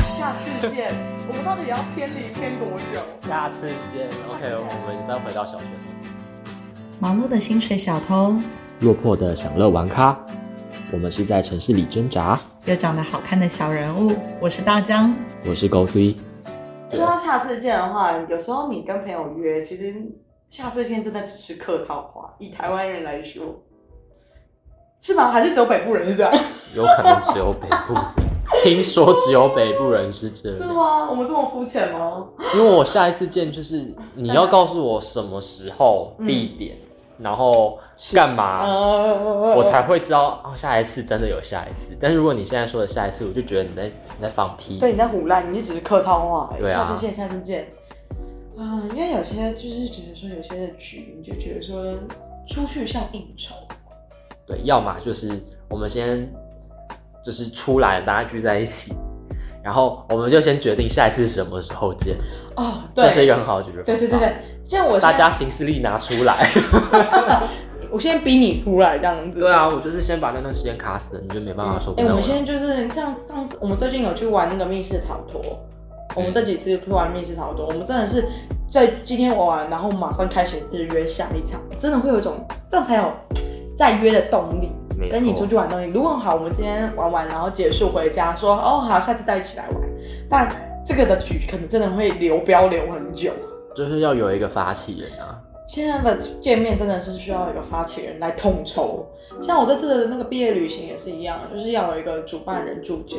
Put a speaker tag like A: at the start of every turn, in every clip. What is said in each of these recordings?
A: 下次见。我们到底要偏离偏多久？
B: 下次见。OK，我们再回到小学。
C: 忙碌的薪水小偷，
B: 落魄的享乐玩咖，我们是在城市里挣扎。
C: 有长得好看的小人物，我是大江，
B: 我是狗 C。
A: 说到下次见的话，有时候你跟朋友约，其实下次见真的只是客套话。以台湾人来说，是吗？还是只有北部人是这样？
B: 有可能只有北 部人，听说只有北部人是这
A: 真的
B: 样。
A: 吗？我们这么肤浅吗？
B: 因为我下一次见就是你要告诉我什么时候、
A: 嗯
B: 地点，然后干嘛，
A: 呃
B: 我才会知道哦。下一次真的有下一次。但是如果你现在说的下一次，我就觉得你在你在放屁。
A: 对你在胡乱，你只是客套话而已。
B: 对啊
A: 下次见，下次见。啊、因为有些就是觉得说有些的局，你就觉得说出去像应酬，
B: 对，要么就是我们先就是出来大家聚在一起，然后我们就先决定下一次什么时候见，
A: 哦，对
B: 这，是一个很好的解决方法。
A: 对对对对，这样我
B: 大
A: 现
B: 家行事历拿 出来。
A: 在 我现在逼你出来这样子，
B: 对啊，我就是先把那段时间卡死了，你就没办法说不
A: 哎、
B: 能
A: 我
B: 玩。
A: 们现在就是这样上，我们最近有去玩那个密室逃脱，
B: 嗯
A: 我们这几次去玩密室逃脱，我们真的是在今天玩，然后马上开始日约下一场，真的会有一种这样才有再约的动力。
B: 没
A: 跟你
B: 错
A: 出去玩的动力，如果好，我们今天玩完然后结束回家说哦好，下次再一起来玩，但这个的局可能真的会流标流很久。
B: 就是要有一个发起人啊，
A: 现在的见面真的是需要有发起人来统筹。像我这次的那个毕业旅行也是一样，就是要有一个主办人主揪，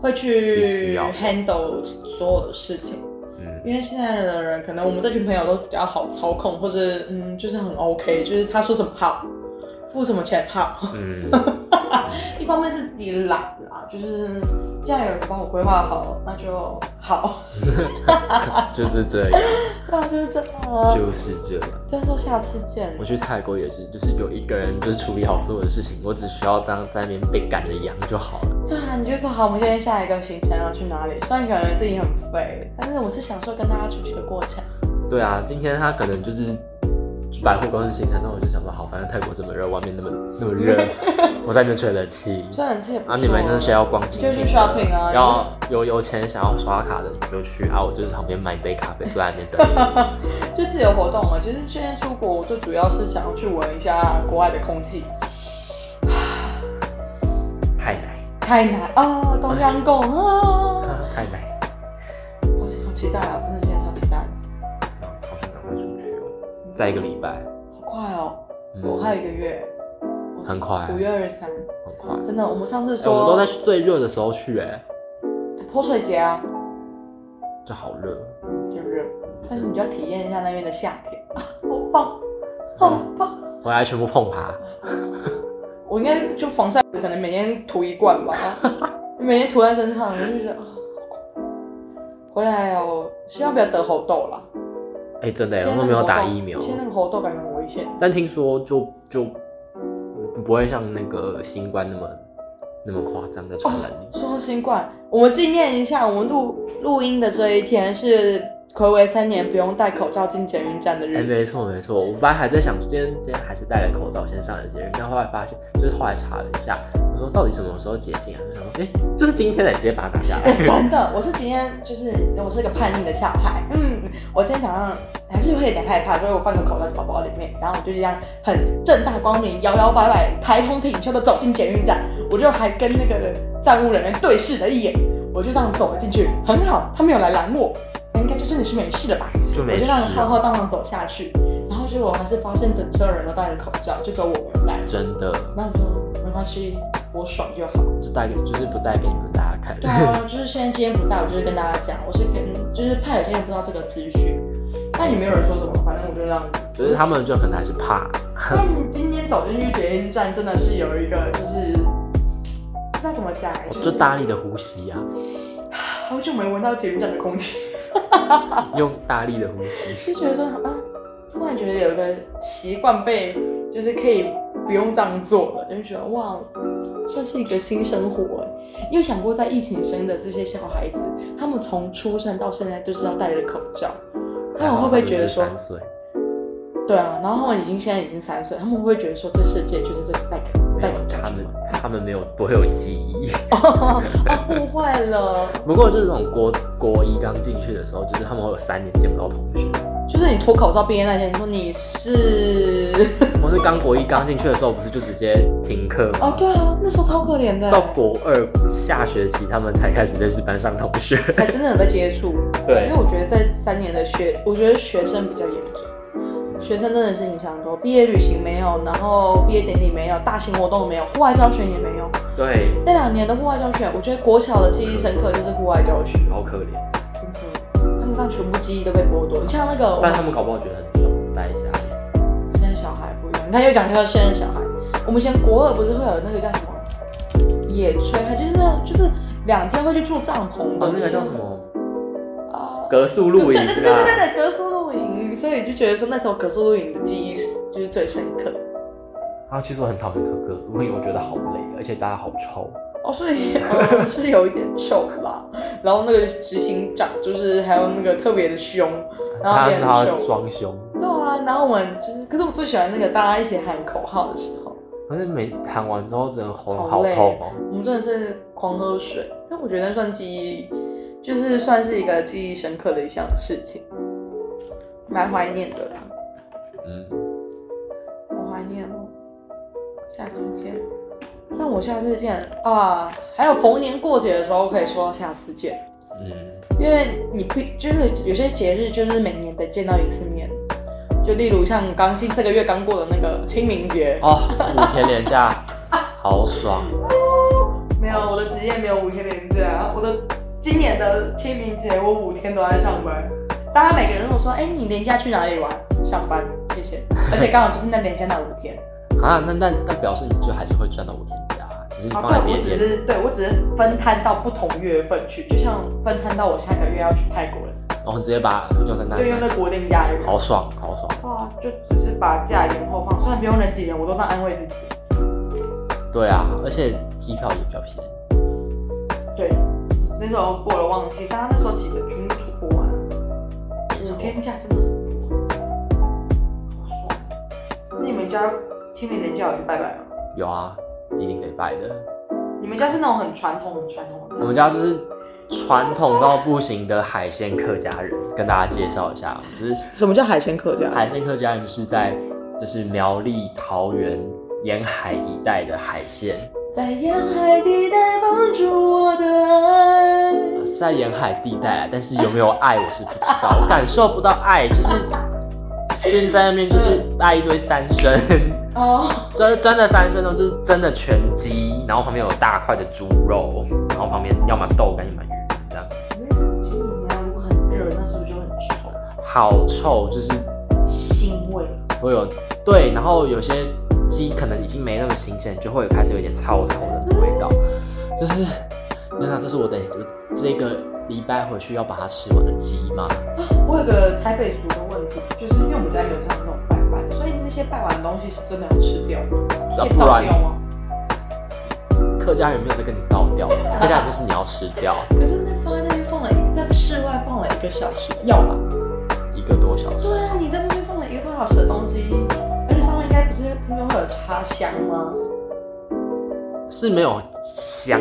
A: 会
B: 必须
A: 去
B: 要
A: handle 所有的事情。
B: 嗯，
A: 因为现在的人，可能我们这群朋友都比较好操控，或者嗯，就是很 OK，就是他说什么好，付什么钱好。
B: 嗯，
A: 一方面是自己懒啦，就是既然有人帮我规划好，那就好。
B: 就是这样，
A: 对啊，就是这样啊。
B: 就是这样。
A: 就是说下次见。
B: 我去泰国也是，就是有一个人就是处理好所有的事情，我只需要当在那边被赶的羊就好了。
A: 对啊，你就说好，我们现在下一个行程要去哪里？虽然感觉自己很废，但是我是享受跟大家出去的过程。
B: 对啊，今天他可能就是百货公司行程，那我就想说，好，反正泰国这么热，外面那么那么 热，我在那边吹冷气。
A: 虽然是也不
B: 啊，你们那些要逛景
A: 就去
B: 点的
A: shopping 啊，
B: 要有有钱想要刷卡的你就去啊，我就是旁边买一杯咖啡，坐在那边 等你。
A: 就自由活动嘛。其实现在出国，我最主要是想要去闻一下国外的空气，
B: 太奶，
A: 太难啊，东阳贡啊，
B: 啊太奶，
A: 好好期待啊，真的现在超期待，
B: 好想赶快出去哦，再一个礼拜，
A: 好快哦，
B: 嗯
A: 我还有一个月，我
B: 很快啊
A: 五月二十三，
B: 很快。哎
A: 真的，我们上次说
B: 我们都在最热的时候去，哎，
A: 泼水节啊，
B: 就好热。
A: 对不对？但是你就要体验一下那边的夏天啊，好棒，好
B: 哦
A: 棒。
B: 回来全部碰爬，
A: 哦我应该就防晒，可能每天涂一罐 吧，每天涂在身上，我就觉得啊，回来哦，希望不要得猴痘啦。
B: 哎、真的
A: 现
B: 耶，
A: 在
B: 我
A: 那
B: 都
A: 个
B: 没有
A: 猴
B: 打
A: 痘
B: 疫苗。
A: 现在那个猴痘感觉很危险。
B: 但听说就就不不会像那个新冠那么那么夸张的传染力。
A: 说到新冠，我们纪念一下，我们录录音的这一天是暌违三年不用戴口罩进捷运站的
B: 哎、
A: 日子。
B: 没错没错，我本来还在想，今天今天还是戴了口罩先上了捷运，但后来发现，就是后来查了一下，我说到底什么时候解禁啊？就想说，哎、就是今天的，直接把它 拿下
A: 哎、
B: 来。
A: 真的，我是今天就是我是个叛逆的下派，嗯，我今天早上还是会有点害怕，所以我放个口袋包包里面，然后我就这样很正大光明、摇摇摆摆、排通挺胸的走进检运站，我就还跟那个站务人员对视了一眼，我就这样走了进去，很好，他没有来拦我，那应该就真的是没事了吧？
B: 就
A: 我
B: 没
A: 就
B: 事
A: 让
B: 啊
A: 浩浩荡荡走下去，然后结果我还是发现整车人都戴着口罩，就只有我没有戴。
B: 真的，
A: 那我说没关系，我爽就好。
B: 就带给就是不带给你们大家看。
A: 对啊，就是现在今天不带，我就是跟大家讲，我是跟就是怕有些人不知道这个资讯，但也没有人说什么，反正我就让。
B: 就是他们就可能还是怕，哦
A: 但今天走进去捷运站，真的是有一个就是不知道怎么讲，欸就是
B: 就大力的呼吸 啊，
A: 好久没闻到捷运站的空气，
B: 用大力的呼吸
A: 就。觉得说啊，突然觉得有一个习惯被就是可以不用这样做了，就觉得哇，这是一个新生活欸。你有想过在疫情生的这些小孩子，他们从出生到现在都是要戴着口罩，他们会不会觉得说
B: 三岁？
A: 啊对啊，然后他们已经现在已经三岁，他们会不会觉得说这世界就是这个 like
B: 没
A: like
B: 有
A: that
B: 他们
A: 吗，
B: 他们没有不会有记忆。
A: 哦，误会了，
B: 不过就是那种国国一刚进去的时候，就是他们会有三年见不到同学。
A: 就是你脱口罩毕业那天，你说你 是，
B: 我是刚国一刚进去的时候，不是就直接停课
A: 哦
B: 吗？
A: 对啊，那时候超可怜的，
B: 到国二下学期，他们才开始认识班上同学。
A: 才真的有在接触。
B: 对
A: 其实我觉得在三年的学，我觉得学生比较严重，学生真的是影响很多。毕业旅行没有，然后毕业典礼没有，大型活动没有，户外教学也没有。
B: 对，
A: 那两年的户外教学，我觉得国小的记忆深刻就是户外教学，
B: 好可怜。
A: 真的，他们让全部记忆都被剥夺。你像那个我
B: 但
A: 们
B: 他们搞不好觉得很爽，待在家里。
A: 现在小孩不一样，你看又讲到现在小孩，我们以前国二不是会有那个叫什么野炊，还就是就是两天会去住帐篷的，
B: 哦，那个叫什么？
A: 啊？
B: 格宿露营
A: 对对对对
B: 啊。
A: 对对，格苏露营，所以就觉得说那时候格苏露营的记忆是就是最深刻。
B: 啊，其实我很讨厌格宿露营，我觉得好累，而且大家好臭。
A: 哦，所以、呃、是有一点丑啦，然后那个执行长就是还有那个特别的凶，然后
B: 他
A: 脸
B: 他
A: 很瘦
B: 双胸，
A: 对啊，然后我们就是，可是我最喜欢那个大家一起喊口号的时候，
B: 可是每喊完之后，真的喉咙
A: 好
B: 好
A: 累
B: 痛哦。
A: 我们真的是狂喝水，但我觉得算记忆，就是算是一个记忆深刻的一项事情，蛮怀念的啦，
B: 嗯，
A: 好怀念哦。下次见。那我下次见啊，还有逢年过节的时候可以说下次见，
B: 嗯，
A: 因为你必就是有些节日就是每年得见到一次面，就例如像刚进这个月刚过的那个清明节，
B: 哦，五天连假，好爽。
A: 没有我的职业没有五天连假，我的今年的清明节我五天都在上班。大家每个人都说，哎、你连假去哪里玩？上班，谢谢。而且刚好就是那连假那五天。
B: 啊，那那那表示你就还是会赚到五天假，只是你
A: 啊，
B: 放在
A: 对，
B: 别
A: 我只
B: 天。
A: 是对我只是分摊到不同月份去，就像分摊到我下个月要去泰国了，
B: 然哦后直接把用在那
A: 对，
B: 里
A: 用，那国定假日。
B: 好爽，好爽。
A: 哇，就只是把假延后放，虽然不用那几天，我都在安慰自己。
B: 对啊，而且机票也比较便宜。
A: 对，那时候过了旺季，大家那时候挤得全部出国玩啊。五
B: 没错
A: 天假真的很多，好爽。哦那你们家清明年假有去拜拜吗？
B: 有啊，一定得拜的。
A: 你们家是那种很传统、很传统的？
B: 我们家就是传统到不行的海鲜客家人，跟大家介绍一下，就是
A: 什么叫海鲜客家
B: 海鲜客家人就是在就是苗栗、桃园沿海一带的海鲜，
A: 在沿海地带放逐我的爱。
B: 呃是在沿海地带啊，但是有没有爱我是不知道，我感受不到爱，就是就是在那边就是爱一堆三生，
A: 哦，
B: 真真的三生哦，就是真的全鸡，然后旁边有大块的猪肉，然后旁边要么豆干，要么鱼这样。
A: 可是清明年假如果很热，那时候就很臭，
B: 好臭，就是
A: 腥味。
B: 会有对，然后有些鸡可能已经没那么新鲜，就会有开始有点臭臭的味道，就是天哪，这是我等我这个礼拜回去要把它吃完的鸡吗？
A: 我有个台北俗的问题，就是因为我们家没有常那种拜拜，所以那些拜完的东西是真的要吃掉的，
B: 啊
A: 可以
B: 不
A: 倒
B: 然
A: 掉吗？
B: 客家人没有在跟你倒 掉，客家人就是你要吃掉
A: 可是那放在那边放了一，在室外放了一个小时，要吧？
B: 一个多小时
A: 对。啊，你在那边放了一个多小时的东西，而且上面应该不是那边会有插香吗？
B: 是没有香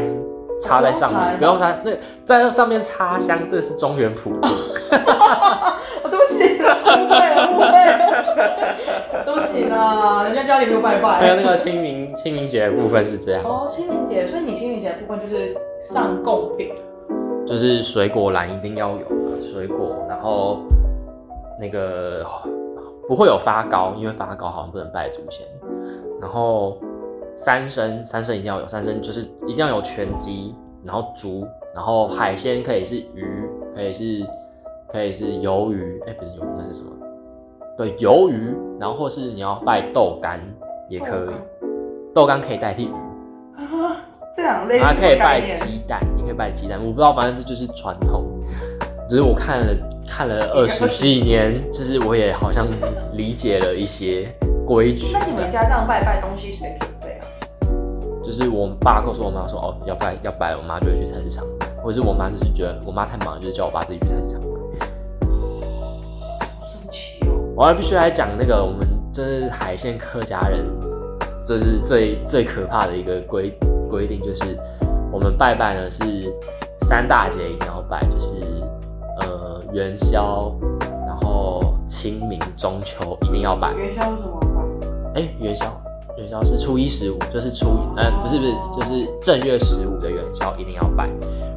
B: 插在上面，
A: 不
B: 不
A: 用
B: 用
A: 插
B: 插那在上面插香，这是中原普 渡。
A: 哦，对不起，误会了，误会了，对不起啦，人家家里没有拜拜。
B: 还有那个清明清明节的部分是这样，
A: 哦，清明节，所以你清明节的部分就是上贡品，
B: 就是水果篮一定要有水果，然后那个不会有发糕，因为发糕好像不能拜祖先。然后三牲三牲一定要有，三牲就是一定要有全鸡，然后猪，然后海鲜可以是鱼，可以是可以是鱿鱼，哎、不是鱿鱼，那是什么？对，鱿鱼，然后或是你要拜豆干也可以，豆干可以代替鱼，
A: 啊，这两类
B: 还
A: 是
B: 可以
A: 什么概
B: 拜
A: 念？
B: 鸡蛋，你可以拜鸡蛋，我不知道，反正这就是传统。只是我看了看了二十几年，就是我也好像理解了一些规矩。
A: 那你们家这样拜拜东西谁准备啊？
B: 就是我爸告诉我妈说，哦，要拜要拜了，我妈就会去菜市场买，或者是我妈就是觉得我妈太忙了，就是叫我爸自己去菜市场买。
A: 好神奇哦！
B: 我还必须来讲那个我们就是海鲜客家人，就是最最可怕的一个规规定，就是我们拜拜呢是三大节一定要拜，就是呃元宵，然后清明、中秋一定要拜。
A: 元宵是什么吧？
B: 哎、元宵，元宵是初一十五，就是初一，呃，不是不是，就是正月十五的元宵一定要拜，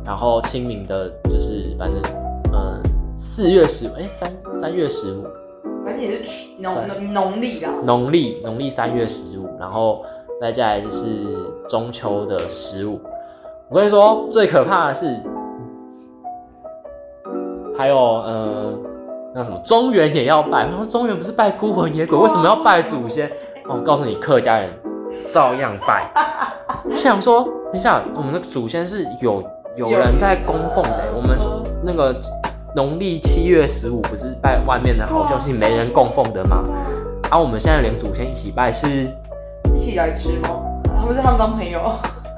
B: 然后清明的，就是反正，呃，四月十五，哎，三三月十五，
A: 反正也是农农农历啦。
B: 农历农历三月十五，然后再下来就是中秋的十五。我跟你说，最可怕的是，还有呃，那什么中原也要拜。我说中原不是拜孤魂野鬼，为什么要拜祖先？哦我告诉你，客家人照样拜。我想说，等一下，我们的祖先是有有人在供奉的，欸我们那个农历七月十五不是拜外面的好像是没人供奉的吗？啊，我们现在连祖先一起拜是
A: 一起来吃吗？他们是他们当朋友。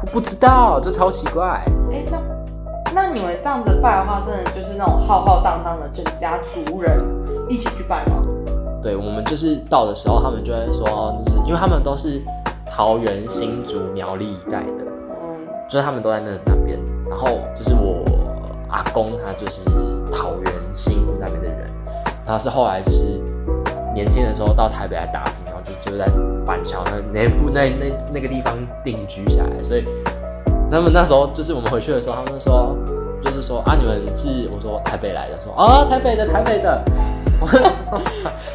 B: 我不知道，这超奇怪。
A: 哎、那那你们这样子拜的话，真的就是那种浩浩荡荡的整家族人一起去拜吗？
B: 对我们就是到的时候，他们就会说，哦就是因为他们都是桃园、新竹、苗栗一带的，
A: 嗯，
B: 就是他们都在那那边。然后就是我阿公，他就是桃园新竹那边的人，他是后来就是年轻的时候到台北来打拼，然后就就在板桥那那附那那那个地方定居下来，所以他们那时候就是我们回去的时候，他们就说就是说啊，你们是我说台北来的，说啊台北的台北的， 我就说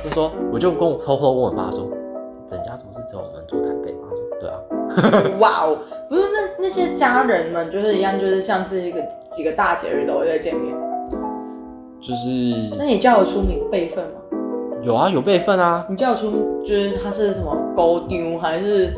B: 就说我就跟我偷偷问我妈说，整家族是只有我们住台北吗？她说对啊。
A: 哇哦，不是那那些家人们就是一样，就是像这一个几个大节日都会再见面。
B: 就是
A: 那你叫得出你辈分吗？
B: 有啊，有备份啊，
A: 你叫得出就是他是什么狗丢还是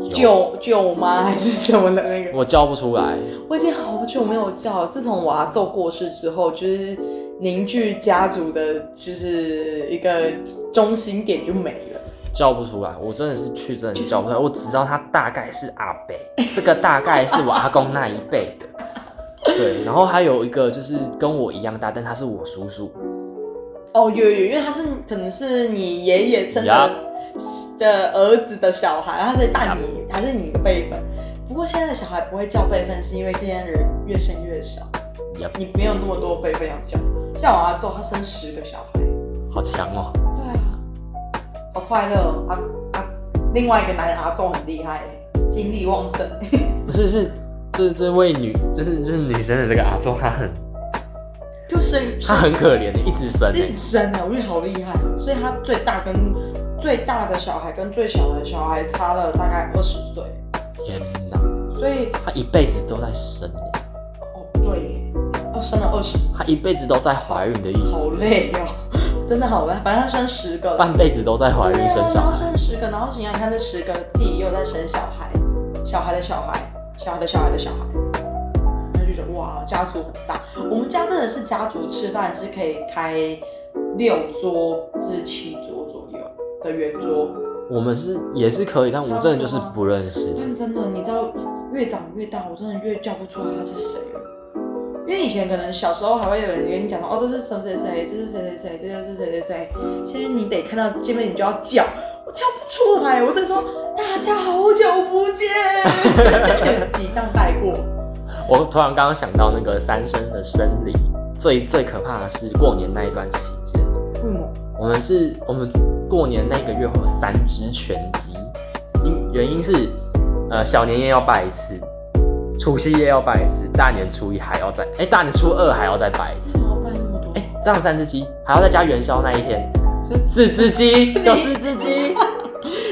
B: 有
A: 舅舅妈还是什么的那个？
B: 我叫不出来。
A: 我已经好久没有叫了，自从我阿奏过世之后，就是凝聚家族的，就是一个中心点就没了。
B: 叫不出来，我真的是去真的是叫不出来，我只知道他大概是阿伯，这个大概是我阿公那一辈的，对，然后还有一个就是跟我一样大，但他是我叔叔，
A: 哦，有有，因为他是可能是你爷爷生的的儿子的小孩，他是大你还是你的辈分。不过现在的小孩不会叫辈分，是因为现在的人越生越少，
B: Yep
A: 你没有那么多辈分要叫。像我阿奏，他生十个小孩。
B: 好强哦、
A: 对啊，好快乐哦！阿阿另外一个男阿仲很厉害耶，精力旺盛。
B: 不是是这这位女，就是就是女生的这个阿忠，她很
A: 就生
B: 她很可怜的，一直生
A: 一直
B: 欸
A: 生啊，我觉得好厉害。所以他最大跟最大的小孩跟最小的小孩差了大概二十岁，
B: 天哪，
A: 所以
B: 她一辈子都在生欸
A: 哦对耶，哦生了二十，
B: 她一辈子都在怀孕的意
A: 好
B: 思，
A: 累哦，真的好累。反正他生十个，
B: 半辈子都在怀孕
A: 对啊
B: 生
A: 然
B: 小
A: 后
B: 孩，
A: 生十个，然后你想看这十个自己又在生小孩，小孩的小孩，小孩的小孩的小孩，然后就觉得哇，家族很大。我们家真的是家族吃饭是可以开六桌至七桌左右的圆桌，
B: 我们是也是可以，但我真的就是不认识。
A: 但真的，你知道，越长越大，我真的越叫不出来他是谁了。因为以前可能小时候还会有人跟你讲说，哦，这是谁谁谁，这是谁谁谁，这就是谁谁谁。现在你得看到见面你就要叫，我叫不出来，我在说大家好久不见， 以上带过。
B: 我突然刚刚想到那个三生的生理，最最可怕的是过年那一段期间，
A: 为什么？
B: 我们是我们过年那个月会有三只全鸡，因原因是，呃，小年夜要拜一次，除夕夜要拜一次，大年初一还要再，哎、大年初二还要再拜一
A: 为
B: 次
A: 什，么要办那么多？
B: 哎、这样三只鸡，还要再加元宵那一天，四只鸡，有 四只鸡，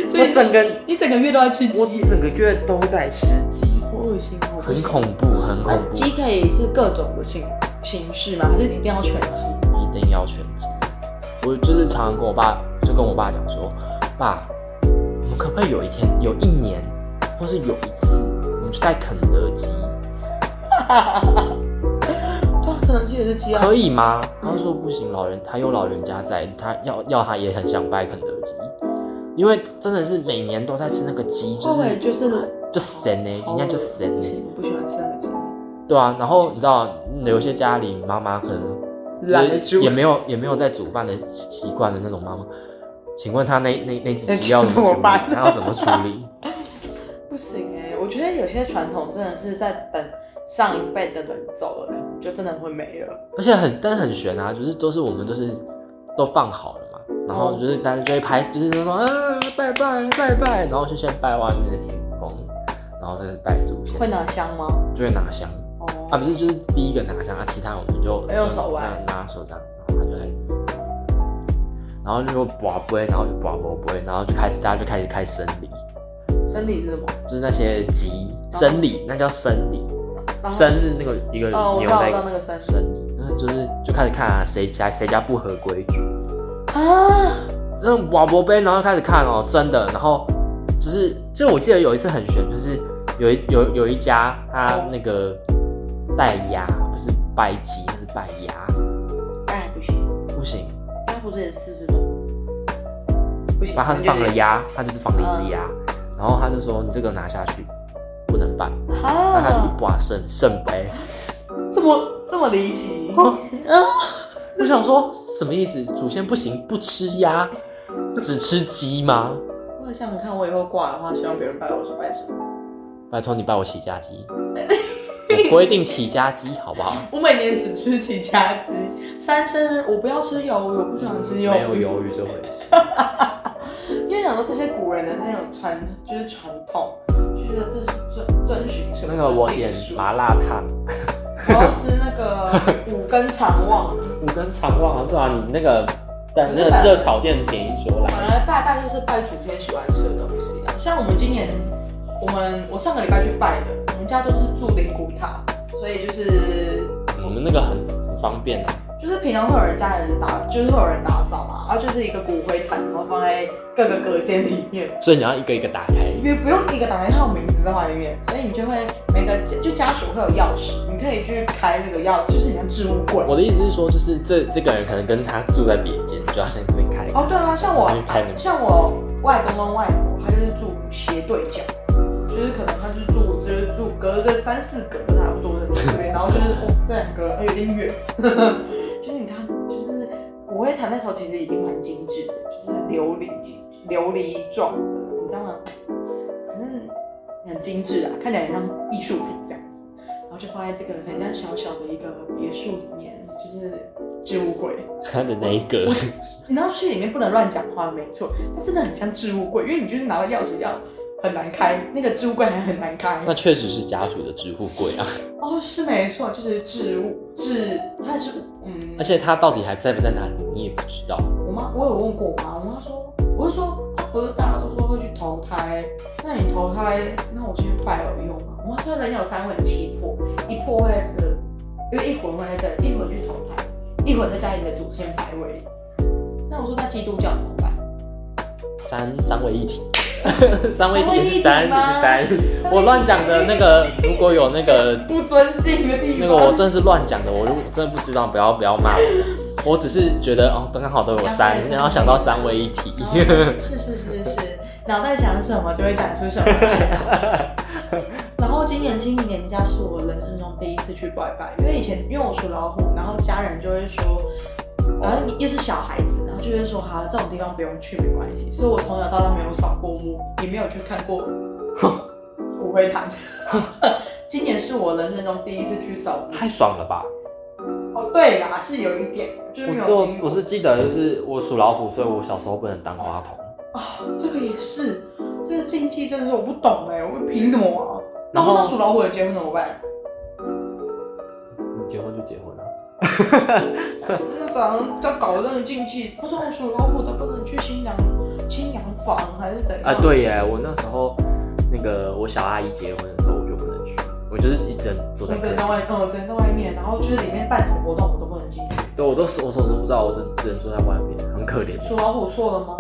A: 所以
B: 我整个
A: 你整个月都在吃
B: 我
A: 鸡，
B: 整个月都在吃鸡，
A: 好恶心哦，我不
B: 很
A: 行
B: 恐怖，很恐
A: 那
B: 怖，
A: 鸡可以是各种的形形式吗？还是一定要全鸡？
B: 一定要全鸡。我就是常常跟我爸，就跟我爸讲说，爸，我们可不可以有一天，有一年，或是有一次，我们去带肯德基，
A: 对啊，肯德基也是鸡啊。
B: 可以吗？他说不行，老人他有老人家在，他要要他也很想拜肯德基，因为真的是每年都在吃那个鸡，就
A: 会
B: 是
A: 不会就是
B: 就咸呢，今天就咸
A: 哦不
B: 呢。
A: 行，我不喜欢吃那个鸡。
B: 对啊，然后你知道有些家里妈妈可能
A: 懒得
B: 就是
A: 煮，
B: 也没有也没有在煮饭的习惯的那种妈妈。请问她那那那只
A: 那
B: 鸡要
A: 这
B: 怎么
A: 怎么
B: 处理？
A: 办
B: 她要怎么处理？
A: 不行哎、我觉得有些传统真的是在等上一辈的人走了，可能就真的会没了。
B: 而且很，但是很悬啊，就是都是我们都是都放好了嘛，然
A: 哦
B: 后就是大家就会拍，就是说啊拜拜拜拜，然后就先拜外面的天公，然后再是拜祖先，
A: 会拿香吗？
B: 就会拿香
A: 哦，
B: 啊，不是就是第一个拿香啊，其他我们就
A: 没有手腕
B: 拿拿手掌，然后他就来，然后就说卜杯，然后就卜卜杯，然后就开始大家就开始开生理，嗯
A: 生理是什么？
B: 就是那些鸡
A: 哦
B: 生理，那叫生理，
A: 然后
B: 生是那个一个
A: 哦我知
B: 牛
A: 道
B: 奶
A: 我知道那个生
B: 生理，那就是就开始看啊谁家谁家不合规矩。
A: 啊，
B: 那种瓦博杯，然后开始看哦，真的，然后就是，就我记得有一次很悬，就是有一有有一家他那个带鸭，不是拜鸡，他是拜鸭，
A: 当然哎不行，
B: 不行，
A: 大家不是也是是吗？不行，
B: 然后他是放了
A: 牙
B: 鸭，他就是放了一只鸭，然后他就说你这个拿下去不能拜，那他
A: 啊
B: 就，哇圣圣杯，
A: 这么这么离奇
B: 哦
A: 啊！
B: 我想说什么意思？祖先不行不吃鸭，只吃鸡吗？
A: 我想想看，我以后挂的话，希望别人拜我是拜什么？
B: 拜托你拜我起家鸡，我规定起家鸡好不好？
A: 我每年只吃起家鸡，三生我不要吃油，我不想吃油，
B: 没有犹豫这回事。
A: 因为想到这些古人的那种传，就是传统，就觉得这是遵遵循什么？
B: 那个我点麻，辣烫，
A: 我要吃那个 五根肠旺。
B: 五根肠旺啊，对啊，你那个但
A: 可是
B: 那个
A: 本
B: 热炒店点一桌
A: 本
B: 来，
A: 来拜拜就是拜祖先喜欢吃的东西啊，像我们今年，我们我上个礼拜去拜的，我们家都是住灵骨塔，所以就是
B: 我们那个很很方便啊，
A: 就是平常会有人家人打，就是会有人打扫嘛，然后就是一个骨灰坛，然后放在各个隔间里面。
B: 所以你要一个一个打开。
A: 因为不用一个打开，它有名字在外面，所以你就会每个就家属会有钥匙，你可以去开那个钥，就是你的置物柜。
B: 我的意思是说，就是这这个人可能跟他住在别间，就要先这边开。
A: 哦，对啊，像我
B: 然后就开门
A: 像我外公跟外婆，他就是住斜对角，就是可能他就是住就是住隔个三四格差不多的这 边，然后就是哦这两个有点远， 就是你看就是我会弹那时候其实已经蛮精致的，就是琉璃琉璃状的，你知道吗？反正很精致啊，看起来很像艺术品这样子，然后就放在这个很像小小的一个别墅里面，就是置物柜。
B: 他的那一个
A: 我，你知道去里面不能乱讲话，没错，它真的很像置物柜，因为你就是拿了钥匙要很难开，那个置物柜还很难开。
B: 那确实是家属的置物柜啊，
A: 哦，是没错，就是置物置，它是嗯，
B: 而且他到底还在不在哪里，你也不知道。
A: 我妈我有问过我妈，我妈说，我就说啊，不是大家都说会去投胎，那你投胎，那我去拜有用吗？我妈说人有三魂七魄，一魄会在这，因为一魂会在这里，一魂去投胎，一魂在家里的祖先牌位。那我说那基督教怎么办？
B: 三三位一体， 三位一体是
A: 三位一体
B: 三，你
A: 吗
B: 是三， 我乱讲的那个，如果有那个
A: 不尊敬的地方。
B: 那个我真的是乱讲的，我如果真的不知道，不要不要骂我。我只是觉得哦，刚刚好都有三，然后想到三位一 体。
A: 哦是是是是，脑袋想什么就会讲出什么来。啊然后今年清明年假是我人生中第一次去拜拜，因为以前因为我属老虎，然后家人就会说，然后你又是小孩子，然后就会说好这种地方不用去没关系，所以我从小到大没有扫过墓，也没有去看过骨灰坛。 今年是我人生中第一次去扫墓。
B: 太爽了吧！
A: 哦，对啦，是有一点，就是
B: 我
A: 没有
B: 只有
A: 经历
B: 我是记得，就是我属老虎，所以我小时候不能当花童。
A: 啊、这个也是，这个禁忌真的是我不懂哎、我凭什么啊？
B: 嗯
A: 然
B: 然后
A: 后那属老虎的结婚怎么办？
B: 你结婚就结婚了、啊
A: 那早上在搞那个禁忌，他说我属老虎的不能去新娘新娘房还是怎样？
B: 啊？对耶，我那时候那个我小阿姨结婚的时候，我就不能去，我就是一直
A: 我
B: 坐在
A: 只
B: 客
A: 能在
B: 厅。
A: 外，嗯，我只能在外面，然后就是里面办什么活动我都不能进去。
B: 对，我都是我什么都不知道，我就只能坐在外面，很可怜。
A: 属老虎错了吗？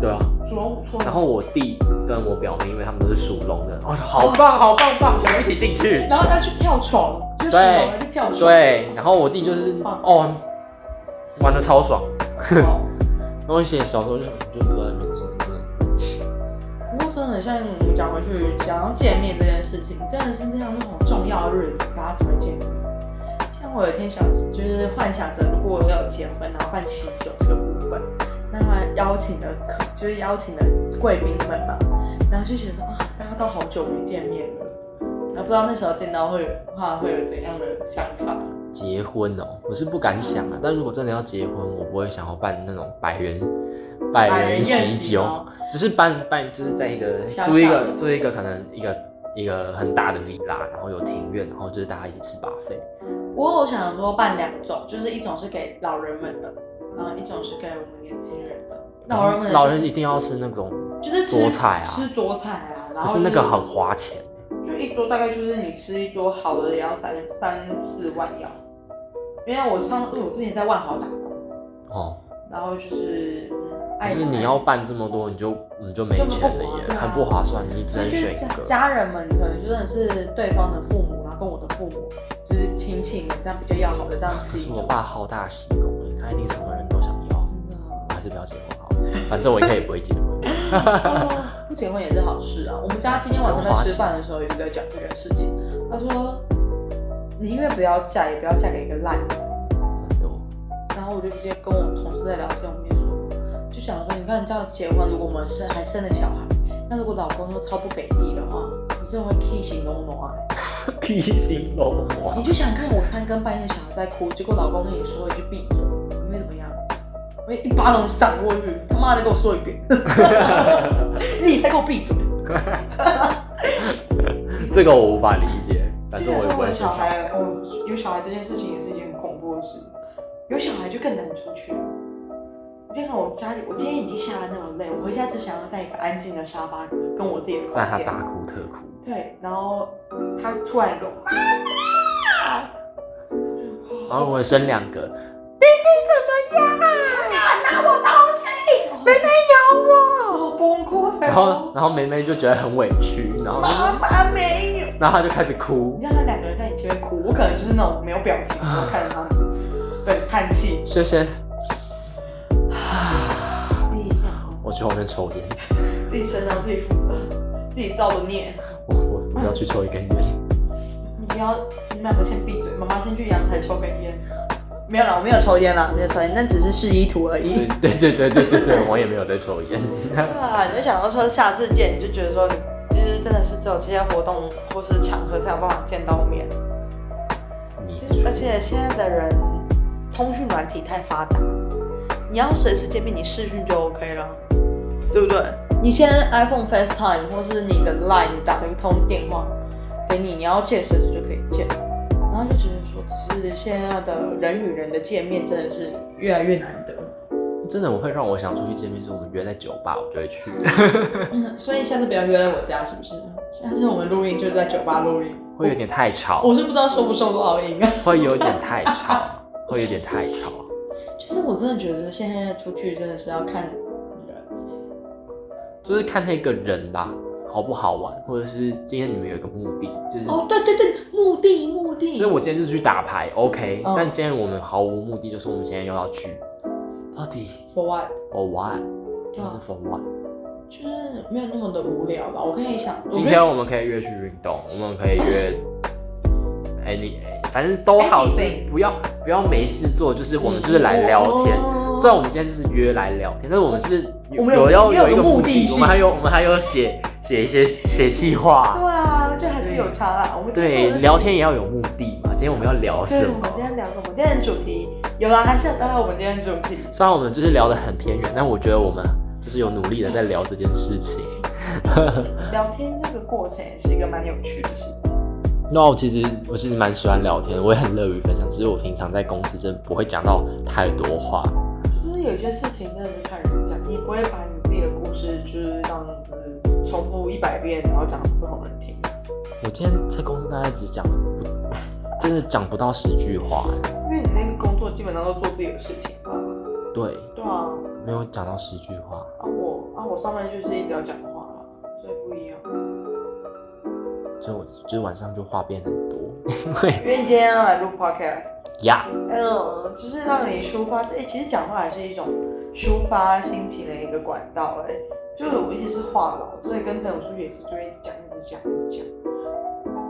B: 对啊。
A: 属老虎错了。
B: 然后，我弟跟我表妹，因为他们都是属龙的，哦，好棒，好棒棒，我们一起进去。
A: 然后要去跳床，就是属
B: 对
A: 老虎去跳床。
B: 对，然后我弟就是
A: 嗯
B: 哦，玩的超爽。
A: 哦。
B: 然后以前小时候就就不在那边走，真
A: 不过真的像我们讲回去，想要见面这件事情，真的是这样那种重要日子大家才会见面。像当我有一天想，就是幻想着如果我有结婚，然后办喜酒这个部分，那邀请的客就是邀请的贵宾们嘛，然后就觉得啊，大家都好久没见面了，然后不知道那时候见到会有话会有怎样的想法。
B: 结婚哦，我是不敢想啊。但如果真的要结婚，我不会想要办那种百元百元喜酒，
A: 哦
B: 就是办办，就是在一个
A: 小
B: 租一
A: 小
B: 个
A: 的
B: 租一个可能一个一个很大的 villa，然后有庭院，然后就是大家一起吃把费。
A: 不过我想说办两种，就是一种是给老人们的，然后一种是给我们年轻人的。老人们的
B: 嗯老人一定要吃那种，
A: 就是吃
B: 桌菜啊
A: 吃桌菜啊，然
B: 可
A: 后
B: 是那
A: 就
B: 个很花钱。
A: 就一桌大概就是你吃一桌好的也要三三四万要，因为我上因为我之前在万豪打工，
B: 哦，
A: 然后就是嗯，
B: 可
A: 爱
B: 是你要办这么多，你就你就没
A: 就不
B: 钱了耶，
A: 划算啊
B: 很不划算，你只
A: 就
B: 能
A: 是
B: 选
A: 家
B: 一个。
A: 家人们可能就真的是对方的父母，然后跟我的父母就是亲戚们这样比较要好的这样吃一
B: 是
A: 桌，
B: 我爸好大喜功，他一定什么人都想要，
A: 真的。啊
B: 还是不要结婚好了，反正我应该也不会结婚。
A: 哦不结婚也是好事啊。我们家今天晚上在吃饭的时候，有一个讲这个事情，他说你宁愿不要嫁，也不要嫁给一个烂人。
B: 真的哦，
A: 然后我就直接跟我同事在聊天，我们就说，就想说，你看，这样结婚，如果我们生还生了小孩，那如果老公又超不给力的话，你真的会 K 型浓浓啊！
B: 披星龙王
A: 你就想看我 三更半夜小孩在哭，结果老公跟你说一句闭嘴，你会怎么样？我一巴掌闪过去，他妈的给我说一遍，你才给我闭嘴！
B: 这个我无法理解，反正我也不会
A: 有
B: 生
A: 小
B: 小孩。
A: 孩，嗯，有小孩这件事情也是一件很恐怖的事，有小孩就更难出去。你看看我家里，我今天已经下班那么累，我回家只想要在一个安静的沙发跟我自己的
B: 但
A: 空
B: 他
A: 间。
B: 大哭特哭，
A: 对，然后他突然跟我妈妈，
B: 然后我也生两个，
A: 拿我东西，妹妹咬哦我，我崩溃。
B: 然后然后梅梅就觉得很委屈，然后就
A: 妈妈没有。
B: 然后她就开始哭
A: 你，让他两个人在你前面哭，我可能就是那种没有表情，然后看着他们，对，叹气，
B: 谢谢。
A: 自己想哦。
B: 我去后面抽烟，
A: 自己生长自己负责，自己造的孽。
B: 我我我要去抽一根烟。
A: 你不要，你们两个先闭嘴，妈妈先去阳台抽根烟。没有啦，我没有抽烟啦，没有抽烟，那只是示意图而已。
B: 对对对对对对，我也没有在抽烟。
A: 对啊，你就想到说下次见，你就觉得说，就是真的是只有这些活动或是场合才有办法见到面。
B: 你
A: 而且现在的人通讯软体太发达，你要随时见面，你视讯就 OK 了，对不对？你现在 iPhone FaceTime 或是你的 Line 你打了一通电话给你，你要见随时就可以见，然后就觉得说，只是现在的人与人的见面真的是越来越难得。
B: 真的我会让我想出去见面，是我们约在酒吧，我就会去，
A: 嗯， 所以下次不要约在我家，是不是？下次我们录音就是在酒 吧录音，
B: 会有点太吵，
A: 我是不知道收不收得到 音啊。
B: 会有点太吵，会有点太吵。
A: 其实我真的觉得现在出去真的是要看人。
B: 就是看那个人啦，好不好玩，或者是今天你们有一个目的，就是，
A: 哦，对对对，目的目的。
B: 所以我今天就是去打牌，OK，、
A: 嗯
B: 但今天我们毫无目的，就是我们今天又要聚，到底
A: for what
B: for what？就是 for what？、
A: 就是没有那么的无聊吧？我可以想，
B: 今天我们可以约去运动，我们可以约，哎、你哎反正都好，就是
A: Anything
B: 不要不要没事做，就是我们就是来
A: 嗯
B: 聊天。
A: 哦
B: 虽然我们今天就是约来聊天，但是我们是
A: 我们有
B: 要
A: 也有
B: 有一个
A: 个目
B: 目
A: 的
B: 的，
A: 性
B: 我们还有我们还有写写一些写计划。
A: 对啊，这还是有差啦。我们今天
B: 对
A: 做，的是
B: 聊。天也要有目的嘛。今天我们要聊
A: 对，
B: 什
A: 我们今
B: 么？
A: 天聊什么？今天的主题有啦，还是有带到我们今天的主题。
B: 虽然我们就是聊得很偏远，但我觉得我们就是有努力的在聊这件事情。
A: 聊天这个过程也是一个蛮有趣的事情。
B: 那我其实我其实蛮喜欢聊天，我也很乐于分享。只是我平常在公司真的不会讲到太多话。
A: 就是有些事情真的是看人讲，你不会把你自己的故事就是这样子重复一百遍，然后讲给不同人听。
B: 我今天在公司大概只讲不，真的讲不到十句话。
A: 因为你那个工作基本上都做自己的事情嘛。
B: 对，
A: 对啊。
B: 没有讲到十句话。
A: 啊我啊我上班就是一直要讲话啊，所以不一样。
B: 所以我就是晚上就话变很 多，因为
A: 因为你今天要来录 podcast，
B: 呀，
A: 嗯，就是让你抒发，哎、其实讲话也是一种抒发心情的一个管道、哎，就是我一直是话痨，所以跟朋友出去也是就会一直讲，一直讲，一直讲。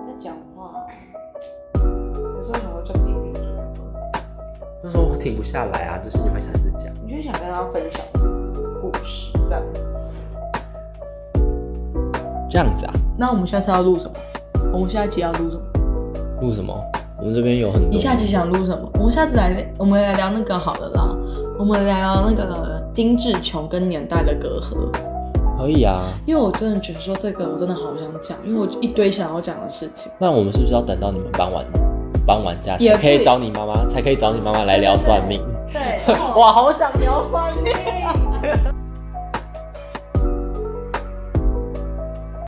A: 在讲话，有时候想要叫自己闭嘴，
B: 说我停不下来啊，就是你会想一直讲。
A: 你就想跟他分享故事这样子。
B: 这样子啊？
A: 那我们下次要录什么？我们下一期要录什么？
B: 录什么？我们这边有很多。
A: 你下期想录什么？我们下次来，我们来聊那个好了啦。我们来聊那个精致穷跟年代的隔阂，
B: 可以啊。
A: 因为我真的觉得说这个我真的好想讲，因为我一堆想要讲的事情。
B: 那我们是不是要等到你们搬完搬完家，
A: 也
B: 才可以
A: 不
B: 找你妈妈，才可以找你妈妈来聊算命？
A: 对，
B: 哇，好想聊算命。